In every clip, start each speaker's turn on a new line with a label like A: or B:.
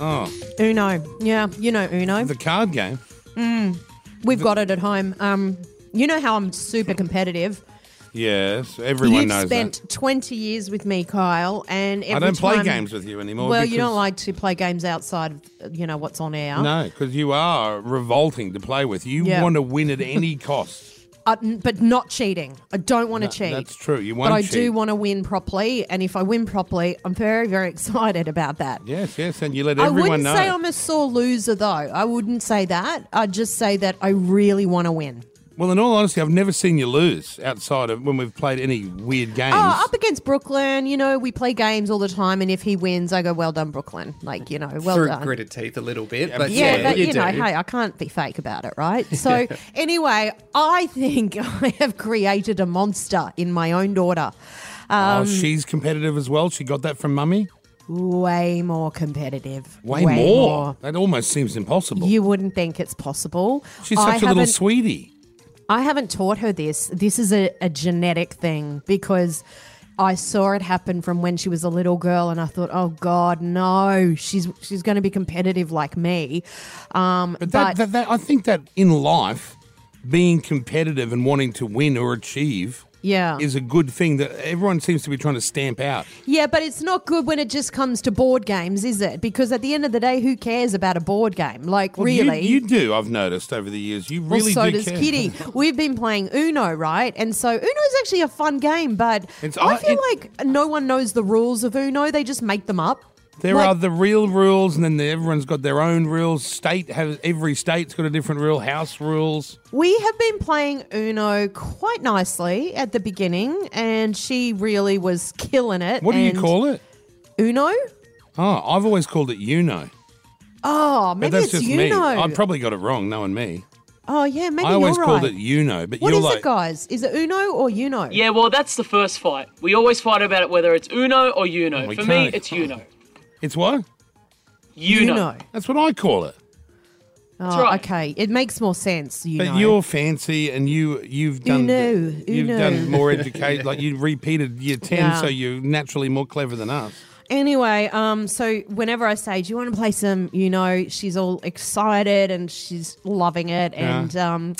A: Oh,
B: Uno. Yeah, you know Uno.
A: the card game.
B: We've got it at home. Um, you know how I'm super competitive.
A: Yes, everyone
B: You've
A: knows
B: spent 20 years with me, Kyle, and every
A: that. I don't play
B: time-
A: games with you anymore.
B: Well, you
A: because-
B: don't like to play games outside, of, you know, what's on air.
A: No, because you are revolting to play with. You
B: Yeah.
A: want to win at any cost.
B: Uh, n- but not cheating. I don't want to cheat.
A: That's true. You won't
B: But I do
A: cheat.
B: want to win properly, and if I win properly, I'm very, very excited about that.
A: Yes, yes, and you let
B: I
A: everyone
B: wouldn't
A: know.
B: say I'm a sore loser, though. I wouldn't say that. I'd just say that I really want to win.
A: well, in all honesty, I've never seen you lose outside of when we've played any weird games.
B: Oh, up against Brooklyn, you know, we play games all the time, and if he wins, I go, well done, Brooklyn. Like, you know, well
C: Through
B: done.
C: gritted teeth a little bit, but
B: Yeah,
C: yeah,
B: but
C: you,
B: you, know,
C: do.
B: hey, I can't be fake about it, right? So, anyway, I think I have created a monster in my own daughter. Uh, um,
A: Oh, she's competitive as well. She got that from mummy.
B: Way more competitive.
A: Way, more. That almost seems impossible.
B: You wouldn't think it's possible.
A: She's such
B: I
A: a little
B: haven't-
A: sweetie.
B: I haven't taught her this. This is a, a genetic thing because I saw it happen from when she was a little girl, and I thought, oh God, no, she's she's going to be competitive like me. Um, but,
A: But that, that, that, I think that in life, being competitive and wanting to win or achieve
B: yeah,
A: is a good thing that everyone seems to be trying to stamp out.
B: yeah, but it's not good when it just comes to board games, is it? Because at the end of the day, who cares about a board game? Like
A: Well, you-
B: really,
A: You, do, I've noticed over the years. You
B: Well,
A: really
B: so
A: do
B: does
A: care.
B: Kitty. We've been playing Uno, right? And so Uno is actually a fun game, but
A: It's-
B: I
A: I-
B: feel
A: it-
B: like no one knows the rules of Uno. They just make them up.
A: There
B: Like-
A: are the real rules, and then the, everyone's got their own rules. State has every state's got a different rule. House rules.
B: We have been playing Uno quite nicely at the beginning, and she really was killing it.
A: What do
B: and
A: you call it?
B: Uno?
A: Oh, I've always called it Uno.
B: Oh,
A: But
B: maybe
A: that's
B: it's
A: just me.
B: Uno.
A: I probably got it wrong, knowing me.
B: oh yeah, maybe
A: I always
B: you're
A: called
B: right.
A: it Uno, but
B: What
A: you're
B: is
A: like
B: it, guys? Is it Uno or Uno?
D: Yeah, well, that's the first fight. We always fight about it whether it's Uno or Uno.
A: we
D: For me,
A: can't.
D: it's Uno.
A: it's what?
D: Uno.
A: That's what I call it.
B: Oh,
D: right.
B: okay. It makes more sense. Uno.
A: But you're fancy, and you you've done the-
B: Uno,
A: you've
B: Uno.
A: done more educated. Like you repeated year ten,
B: Yeah.
A: so you're naturally more clever than us.
B: Anyway, um, so whenever I say, "Do you want to play some?" You know, she's all excited and she's loving it. And um,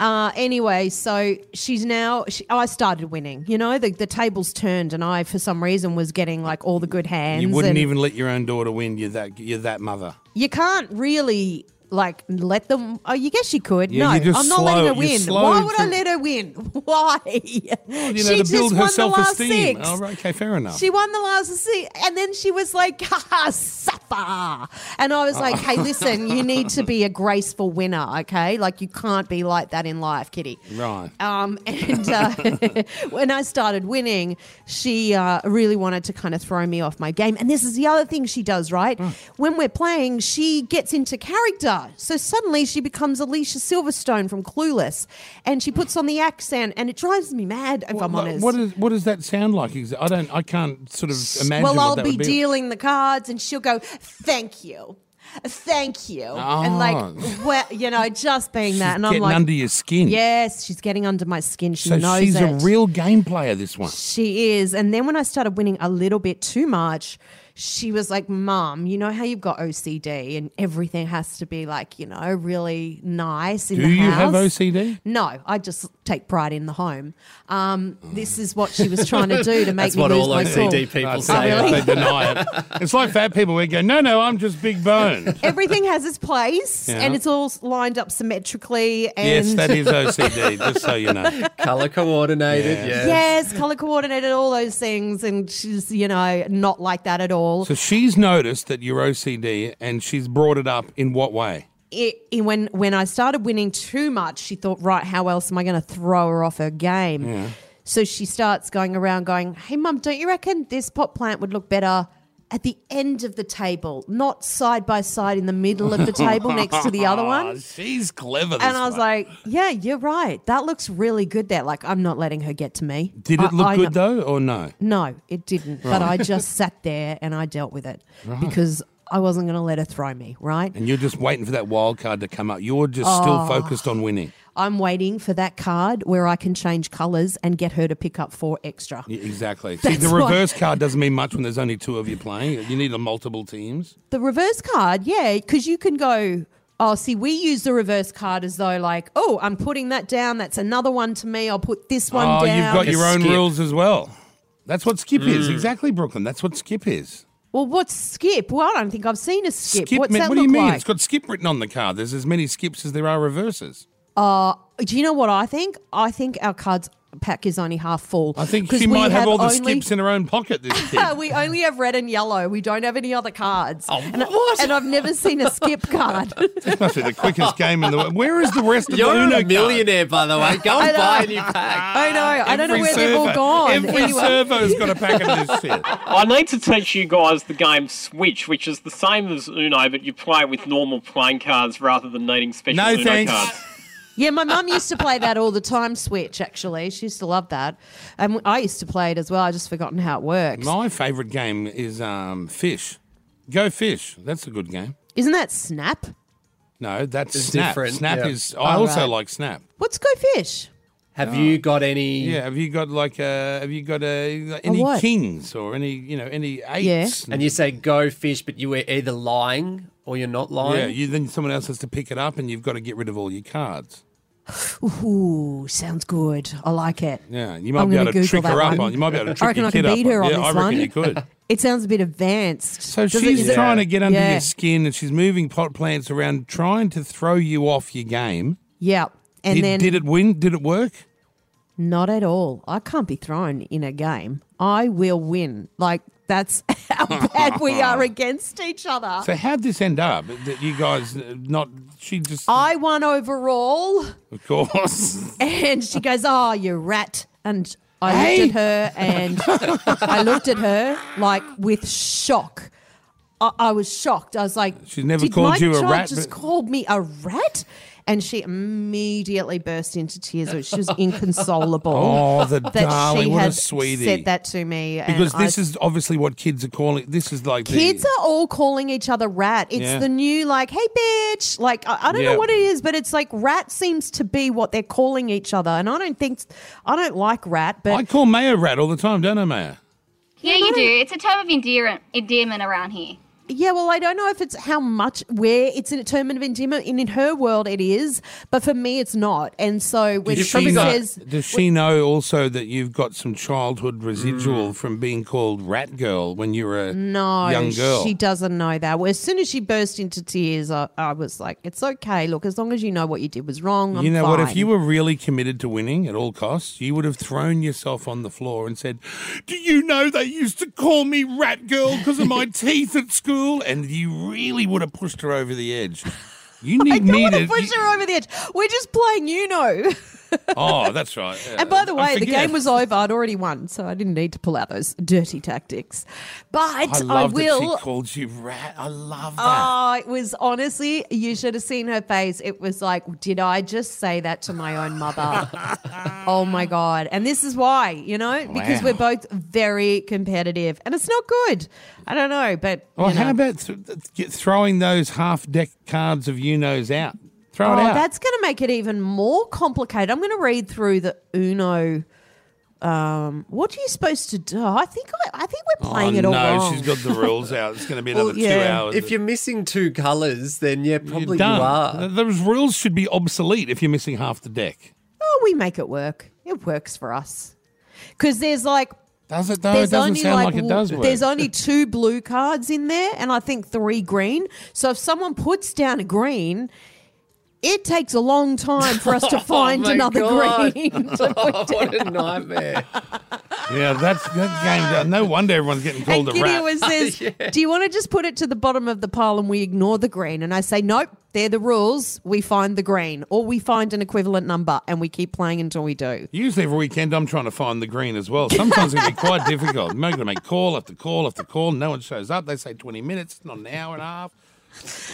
B: uh, anyway, so she's now. She, I started winning. You know, the, the tables turned, and I, for some reason, was getting like all the good hands.
A: You wouldn't
B: and
A: even let your own daughter win. You're that you're that mother.
B: You can't really. Like let them. Oh, you guess you could.
A: Yeah,
B: no,
A: you're just
B: I'm not letting
A: slow-
B: her
A: you're
B: win.
A: slow
B: Why would I
A: to-
B: let her win? Why?
A: You know,
B: she
A: to
B: just
A: build
B: won
A: her
B: the
A: self
B: last
A: esteem.
B: six.
A: Oh, right, okay, fair enough.
B: She won the last seat, and then she was like, "Ha ha, suffer!" And I was like, "Hey, listen, you need to be a graceful winner, okay? Like you can't be like that in life, Kitty."
A: right.
B: Um, and uh, when I started winning, she uh, really wanted to kind of throw me off my game. And this is the other thing she does, right? When we're playing, she gets into character. So suddenly she becomes Alicia Silverstone from Clueless, and she puts on the accent, and it drives me mad if I'm
A: Like,
B: honest.
A: What is what does that sound like? exa- I don't. I can't sort of imagine.
B: Well,
A: what
B: I'll
A: that
B: be,
A: would be.
B: dealing the cards, and she'll go, "Thank you, thank you," and like, well, you know, just being
A: Ah. She's
B: that, and I'm
A: getting
B: like,
A: under your skin.
B: "Yes, she's getting under my skin. She
A: So
B: knows
A: she's a
B: it.
A: real game player. This one.
B: She is." And then when I started winning a little bit too much. She was like, Mom, you know how you've got OCD and everything has to be like, you know, really nice in
A: Do
B: the
A: you have
B: house."
A: OCD?
B: No, I just take pride in the home. Um, This is what she was trying to do to make
C: That's
B: me
C: what
B: lose
C: all
B: my cool.
C: OCD people
A: Oh,
C: say.
B: really?
A: They deny it. It's like fat people. We go, no, no, I'm just big boned.
B: everything has its place
A: Yeah.
B: and it's all lined up symmetrically and
A: yes, that is OCD. Just so you know.
C: Color
A: Yeah.
C: coordinated, yeah.
B: yes color coordinated all those things and she's you know not like that at all
A: So she's noticed that you're OCD and she's brought it up in what way?
B: it, it- when when I started winning too much, she thought, right, how else am I going to throw her off her game? So she starts going around going, hey, mum, don't you reckon this pot plant would look better at the end of the table, not side by side in the middle of the table next to the other one?
A: Ah, She's clever. This
B: And I was
A: one.
B: like, yeah, you're right. That looks really good there. Like, I'm not letting her get to me.
A: did
B: I-
A: it look
B: I
A: good
B: know-
A: though, or no?
B: No, it didn't. But I just sat there and I dealt with it because I wasn't going to let her throw me, right? Oh.
A: And you're just waiting for that wild card to come up. You're just still focused on winning.
B: I'm waiting for that card where I can change colours and get her to pick up four extra.
A: Yeah, exactly. See, the
B: That's why-
A: reverse card doesn't mean much when there's only two of you playing. You need a multiple teams.
B: The reverse card, yeah, because you can go. Oh, see, we use the reverse card as though, like, oh, I'm putting that down. That's another one to me. I'll put this one
A: oh,
B: down.
A: you've got your own
C: Skip.
A: rules as well. That's what skip is. Exactly, Brooklyn. That's what skip is.
B: well, what's skip? Well, I don't think I've seen a skip. What's
A: meant-
B: that
A: what do
B: look
A: you mean?
B: like?
A: It's got skip written on the card. There's as many skips as there are reverses.
B: Do you know what I think? I think our cards pack is only half full.
A: I think
B: 'Cause
A: she
B: we
A: might have, all the
B: only-
A: skips in her own pocket. This kid.
B: we only have red and yellow. We don't have any other cards. Oh, and, what? and I've never seen a skip card.
A: this must be the quickest game in the world. Where is the rest of
C: You're
A: the Uno
C: a
A: card?
C: millionaire, by the way. Go and
B: know.
C: buy a new pack.
B: I know. I don't know
A: Every
B: where they've all
A: server-
B: gone.
A: Every
B: Anyway.
A: server's got a pack of this shit.
D: I need to teach you guys the game Switch, which is the same as Uno, but you play with normal playing cards rather than needing special
A: No
D: Uno
A: thanks.
D: cards.
B: Yeah, my mum used to play that all the time, Switch, actually. She used to love that. And I used to play it as well. i just forgotten how it works.
A: My favourite game is um, fish. Go fish. That's a good game.
B: Isn't that Snap?
A: No, that's
C: It's
A: snap.
C: different,
A: Snap
C: yeah.
A: is. I
B: Oh,
A: also
B: right.
A: like snap.
B: What's Go Fish?
C: Have you got any?
A: Yeah. Have you got like uh Have you got uh any
B: what?
A: kings or any you know any eights?
C: And you say go fish, but you were either lying or you're not lying.
A: Yeah, you, then someone else has to pick it up, and you've got to get rid of all your cards.
B: Ooh, sounds good. I like it.
A: Yeah, you might
B: I'm
A: be able
B: gonna
A: to
B: Google
A: trick
B: that
A: her up
B: one.
A: on. You might be able to trick
B: reckon
A: your
B: I can
A: kid
B: beat
A: up
B: her on
A: Yeah,
B: this
A: I reckon
B: one.
A: you could.
B: It sounds a bit advanced.
A: So
B: Does it-
A: she's
B: is it-
A: trying to get under
B: Yeah.
A: your skin, and she's moving pot plants around, trying to throw you off your game.
B: Yeah. And
A: did,
B: then
A: did it win? Did it work?
B: Not at all. I can't be thrown in a game. I will win. Like that's how bad we are against each other.
A: So how'd this end up? That you guys uh, not? She just,
B: I won overall,
A: of course.
B: and she goes, "Oh, you rat!" And I looked at
A: Hey.
B: her, and I looked at her like with shock. I, I was shocked. I was like,
A: She's never
B: "Did
A: called
B: my
A: you a
B: child
A: rat,
B: Just
A: but-
B: called me a rat." And she immediately burst into tears. She was inconsolable.
A: Oh, the
B: that she
A: darling! What
B: had
A: a sweetie!
B: said that to me. and
A: because
B: I
A: this is obviously what kids are calling. This is like
B: Kids
A: the,
B: are all calling each other rat. It's
A: Yeah.
B: the new like, hey bitch. Like I, I don't
A: Yeah.
B: know what it is, but it's like rat seems to be what they're calling each other. And I don't think I don't like rat, but
A: I call Mayor rat all the time, don't I, Mayor?
E: Yeah, you do. It's a term of endear- endearment around here.
B: yeah, well, I don't know if it's how much where it's a term of endearment. And in her world, it is, but for me, it's not. And so when
A: Does
B: she
A: she,
C: probably
A: know,
C: got-
B: says,
A: does she know also that you've got some childhood residual from being called Rat Girl when you were a
B: No,
A: young girl?
B: she doesn't know that. Well, as soon as she burst into tears, I, I was like, "It's okay. Look, as long as you know what you did was wrong, I'm
A: You know what? If
B: fine."
A: you were really committed to winning at all costs, you would have thrown yourself on the floor and said, "Do you know they used to call me Rat Girl because of my teeth at school?" And you really would have pushed her over the edge. You need
B: I don't want to
A: needed.
B: push her over the edge. We're just playing Uno.
A: oh, that's right.
B: And by the
A: I
B: way, the
A: forget.
B: game was over. I'd already won, so I didn't need to pull out those dirty tactics.
A: I
B: But I,
A: love that
B: will.
A: she called you Rat. I love that.
B: Oh, it was honestly, you should have seen her face. It was like, did I just say that to my own mother? oh my God. And this is why, you know, because
A: Wow.
B: we're both very competitive and it's not good. I don't know, but.
A: Well,
B: you know.
A: how about th- th- get- throwing those half deck cards of Unos out? Throw it
B: Oh,
A: out.
B: that's going to make it even more complicated. I'm going to read through the Uno. Um, what are you supposed to do? I think I, I think we're
A: Oh,
B: playing it all
A: no,
B: wrong.
A: she's got the rules out. It's going to be
B: Well,
A: another two
B: yeah.
A: hours.
C: If you're missing two colours, then yeah,
A: You're
C: probably you
A: done.
C: are.
A: Th- Those rules should be obsolete if you're missing half the deck.
B: oh, we make it work. It works for us because there's like
A: Does Oh, it though?
B: there's
A: it doesn't
B: only
A: sound like, it
B: w-
A: does work.
B: There's only two blue cards in there, and I think three green. So if someone puts down a green. It takes a long time for us to find
A: Oh,
C: my
B: another
C: God.
B: green.
C: Oh, what a nightmare!
A: yeah, that's that game. No wonder everyone's getting
B: And
A: called a
B: Gideon
A: rat.
B: was says, "Do you want to just put it to the bottom of the pile and we ignore the green?" And I say, "Nope, they're the rules. We find the green, or we find an equivalent number, and we keep playing until we do."
A: Usually every weekend I'm trying to find the green as well. Sometimes it can be quite difficult. I'm going to make call after call after call. No one shows up. They say 20 minutes, not an hour and a half.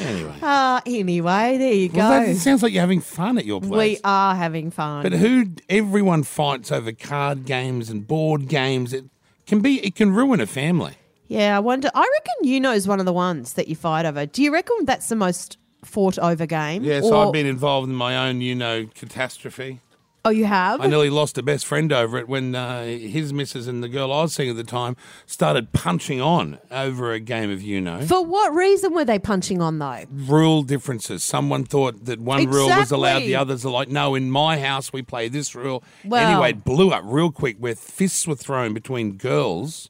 A: Anyway,
B: Uh, anyway, there you
A: well, that,
B: go.
A: it sounds like you're having fun at your place.
B: We are having fun.
A: But who everyone fights over card games and board games. It can be it can ruin a family.
B: yeah, I wonder. I reckon you know is one of the ones that you fight over. Do you reckon that's the most fought over game.
A: Yes,
B: or-
A: I've been involved in my own, you know, catastrophe.
B: Oh, you have.
A: I nearly lost a best friend over it when uh, his missus and the girl I was seeing at the time started punching on over a game of you know.
B: For what reason were they punching on though?
A: Rule differences. Someone thought that one rule was allowed,
B: Exactly.
A: the others are like, no, in my house we play this rule.
B: Wow.
A: Anyway, it blew up real quick where fists were thrown between girls.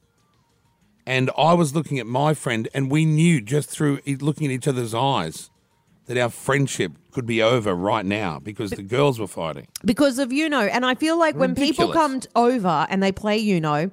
A: And I was looking at my friend, and we knew just through e- looking at each other's eyes that our friendship could be over right now because the girls were fighting.
B: because of Uno. And I feel like when people
A: Ridiculous.
B: come t- over and they play Uno,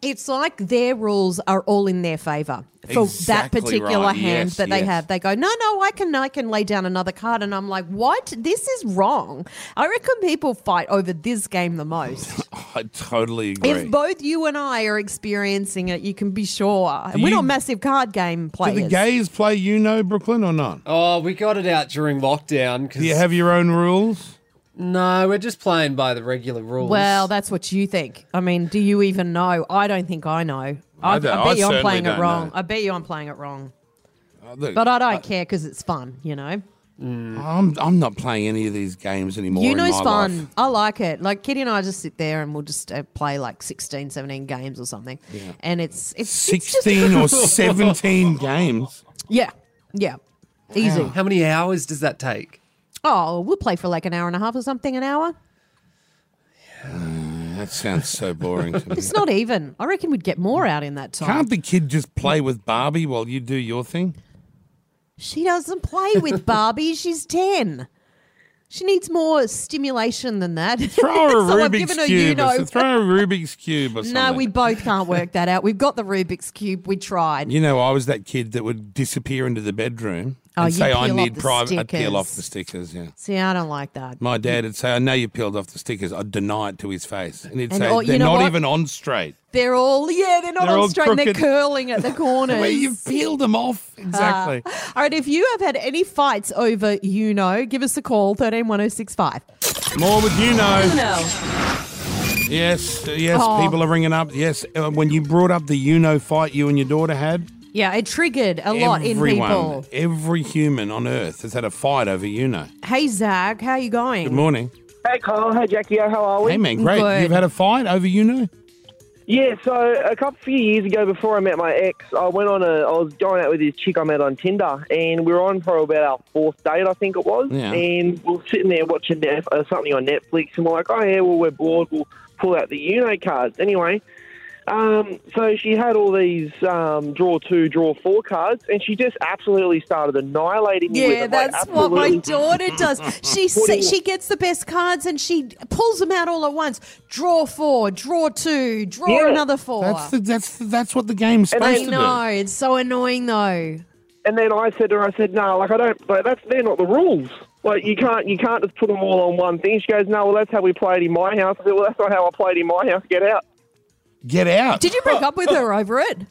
B: it's like their rules are all in their favor for
A: Exactly
B: that particular
A: right.
B: hand
A: Yes,
B: that they
A: yes.
B: have. They go, no, no, I can, I can lay down another card, and I'm like, what? This is wrong. I reckon people fight over this game the most.
A: I totally agree.
B: if both you and I are experiencing it, you can be sure. And
A: Do
B: we're
A: you-
B: not massive card game
A: Do the
B: players.
A: gays play you know Brooklyn or not?
C: Oh, we got it out during lockdown. Cause,
A: Do you have your own rules?
C: no, we're just playing by the regular rules.
B: well, that's what you think. I mean, do you even know? I don't think I know. I, I,
A: don't- I
B: bet you I'm
A: certainly
B: playing it
A: don't
B: wrong.
A: know.
B: I bet you I'm playing it wrong.
A: Oh, look,
B: But I don't 'cause care because it's fun, you know.
A: I'm I'm not playing any of these games anymore.
B: You
A: in
B: know's
A: my
B: fun.
A: life.
B: I like it. Like Kitty and I just sit there and we'll just uh, play like 16, 17 games or something. And it's it's it's just-
A: Sixteen or seventeen games.
B: yeah, yeah, easy.
C: how many hours does that take?
B: Oh, we'll play for like an hour and a half or something. An hour.
A: That sounds so boring to me.
B: It's not even. I reckon we'd get more out in that time.
A: Can't the kid just play with Barbie while you do your thing?
B: She doesn't play with Barbie. She's ten. She needs more stimulation than that.
A: Throw her a
B: So I've
A: Rubik's
B: given her
A: cube. or
B: Uno.
A: so- Throw her a Rubik's cube or something.
B: No, we both can't work that out. We've got the Rubik's cube. We tried.
A: You know, I was that kid that would disappear into the bedroom
B: Oh,
A: and
B: you
A: say, "I
B: peel off
A: need
B: the
A: private." I'd peel off
B: stickers.
A: the stickers. Yeah.
B: See, I don't like that.
A: My dad would say, I know you peeled off the stickers. I'd deny it to his face. And he'd
B: And
A: say,
B: all- you
A: they're
B: know
A: not
B: what?
A: even on straight.
B: They're all yeah, they're not
A: They're
B: all
A: all
B: straight. and They're
A: crooked.
B: curling at the corners.
A: Where you peeled them off.
B: Ah.
A: Exactly.
B: all right, if you have had any fights over you know, give us a call thirteen one zero six five.
A: More with you know. Yes, yes,
B: Aw.
A: people are ringing up. Yes, uh, when you brought up the you know fight you and your daughter had,
B: Yeah, it triggered a lot in
A: everyone,
B: people.
A: every human on earth has had a fight over you know.
B: Hey Zach, how you going?
A: Good morning.
F: Hey Kyle, hey Jackie, how are we?
A: Hey, man, great.
B: Good.
A: You've had a fight over you know?
F: Yeah, so a couple few years ago, before I met my ex, I went on a. I was going out with this chick I met on Tinder, and we were on for about our fourth date, I think it was.
A: Yeah.
F: And we are sitting there watching Netf- uh, something on Netflix, and we're like, "Oh yeah, well we're bored. We'll pull out the Uno cards." Anyway, um, so she had all these um, draw two, draw four cards, and she just absolutely started annihilating me. with
B: Yeah,
F: them, like,
B: that's what my daughter
F: absolutely
B: does. She
F: do you-
B: sa- she gets the best cards and she pulls them out all at once. Draw four, draw two, draw
F: Yeah.
B: another four.
A: That's, the, that's, the, that's what the game's
F: And
A: supposed
B: I
A: to
B: know it's so annoying though.
F: And then I said to her, I said, no, like I don't, like that's they're not the rules. Like you can't, you can't just put them all on one thing. She goes, no, well that's how we played in my house. I said, well that's not how I played in my house. Get out.
A: do. Get out.
B: Did you break up with her over it?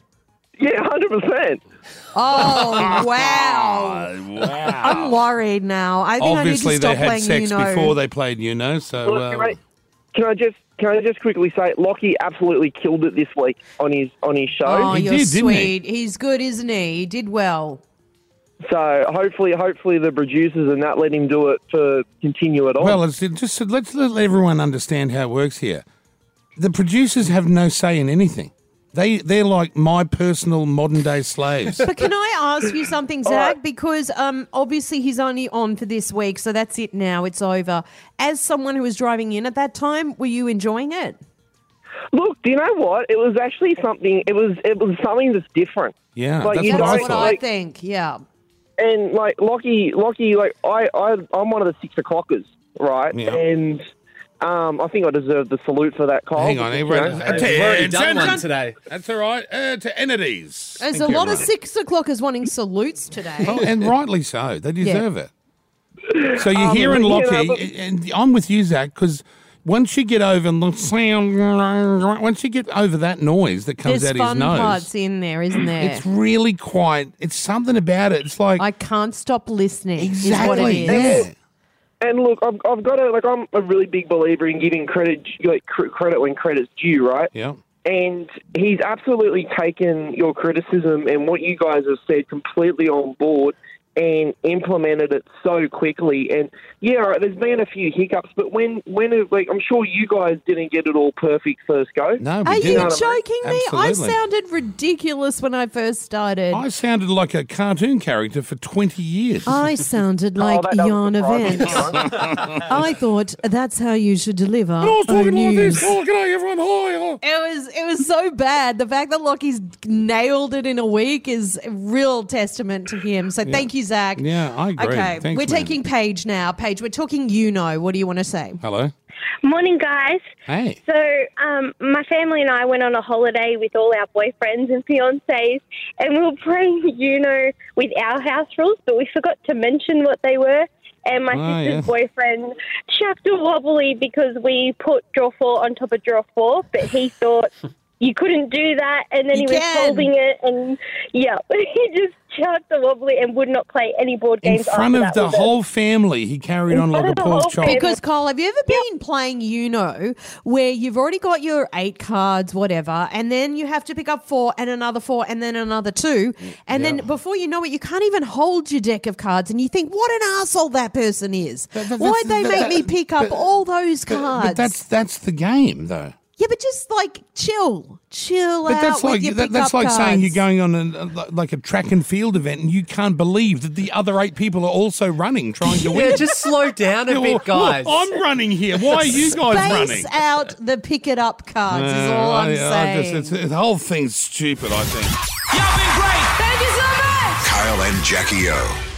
F: Yeah, hundred percent.
B: Oh wow!
A: Oh, wow.
B: I'm worried now. I think I
A: Obviously,
B: need to
A: they
B: stop
A: had
B: playing
A: sex
B: you know.
A: before they played you know, so.
F: Look,
A: Uh,
F: mate, can I just, can I just quickly say, Lockie absolutely killed it this week on his on his show.
B: Oh,
A: He
B: you're
A: did, didn't he?
B: sweet. He's good, isn't he? He did well.
F: So hopefully, hopefully the producers and that let him do it to continue it on.
A: Well, it's it just let's let everyone understand how it works here. The producers have no say in anything. They they're like my personal modern day slaves.
B: But can I ask you something, Zach?
F: right.
B: Because um, obviously he's only on for this week, so that's it now. It's over. As someone who was driving in at that time, were you enjoying it?
F: Look, do you know what? It was actually something. It was, it was something that's different.
A: Yeah,
F: Like,
A: that's
F: you
A: what I
F: don't
B: That's what
A: thought.
B: I
F: like-
B: think. Yeah.
F: and like Lockie, Lockie, like I, I, I'm one of the six o'clockers, right?
A: Yeah.
F: And um, I think I deserve the salute for that, Kyle.
A: Hang on,
F: You
A: everyone.
F: know?
C: We've already done one
A: Attention.
C: today.
A: That's all right. Uh, to entities.
B: There's
A: Thank
B: a
A: you,
B: lot of
A: everyone.
B: six o'clockers wanting salutes today.
A: Oh, and rightly so. They deserve it. So
B: Um,
A: you're here in
F: you know,
A: Lockie,
F: but-
A: and I'm with you, Zach, because once you get over and the sound, once you get over that noise that comes
B: There's
A: out his
B: fun
A: nose,
B: parts in there, isn't there?
A: it's really quiet. It's something about it. It's like
B: I can't stop listening. Is what
A: exactly.
B: it is.
A: yeah.
F: And look, I've, I've got to like, I'm a really big believer in giving credit, like cr- credit when credit's due, right?
A: Yeah.
F: And he's absolutely taken your criticism and what you guys have said completely on board. and implemented it so quickly. And yeah, all right, there's been a few hiccups, but when when it, like I'm sure you guys didn't get it all perfect first go.
A: No, we
B: Are you
A: didn't.
B: joking me? I
A: Absolutely.
B: sounded ridiculous when I first started.
A: I sounded like a cartoon character for 20 years.
B: I sounded like
F: Oh, that doesn't
B: yarn
F: surprise me,
B: event. I thought that's how you should deliver
A: I was
B: our
A: talking like
B: news.
A: this. Oh, g'day, everyone. Hi. Oh.
B: It was it was so bad. The fact that Lockie's nailed it in a week is a real testament to him. So thank you, Zach.
A: Yeah, I agree.
B: Okay,
A: Thanks,
B: we're
A: man.
B: taking Paige now. Paige, we're talking. You know, what do you want to say?
A: Hello.
G: Morning, guys.
A: Hey.
G: So, um, my family and I went on a holiday with all our boyfriends and fiancés, and we were playing Uno with our house rules, but we forgot to mention what they were. And my
A: Ah,
G: sister's
A: yeah.
G: boyfriend chucked a wobbly because we put draw four on top of draw four, but he thought you couldn't do that. And then
B: You
G: he
B: can.
G: was holding it, and yeah, he just chucked the wobbly and would not play any board
A: In
G: games
A: front
G: after
A: of
G: that
A: the
G: with us.
A: whole family, he carried on like
G: front
A: a
G: of the
A: poor
G: whole
A: child.
G: family.
B: Because Carl, have you ever been playing Uno where you've already got your eight cards, whatever, and then you have to pick up four and another four and then another two, and then before you know it, you can't even hold your deck of cards, and you think, what an asshole that person is!
A: But- but
B: Why'd they
A: that's-
B: make
A: that-
B: me pick up
A: but-
B: all those
A: But-
B: cards?
A: But that's that's the game, though.
B: Yeah, but just like chill, chill
A: But
B: out.
A: that's
B: with
A: like
B: your
A: that, that's
B: pickup
A: like saying you're
B: cards.
A: going on an, uh, like a track and field event, and you can't believe that the other eight people are also running, trying to win.
C: Yeah, just slow down a
A: Yeah, well,
C: bit, guys.
A: look, I'm running here. Why are you guys running?
B: Space out the pick it up cards is all
A: Uh,
B: I'm
A: I- I just-
B: saying.
A: it's- the whole thing's stupid. I think.
H: Kyle and Jackie O.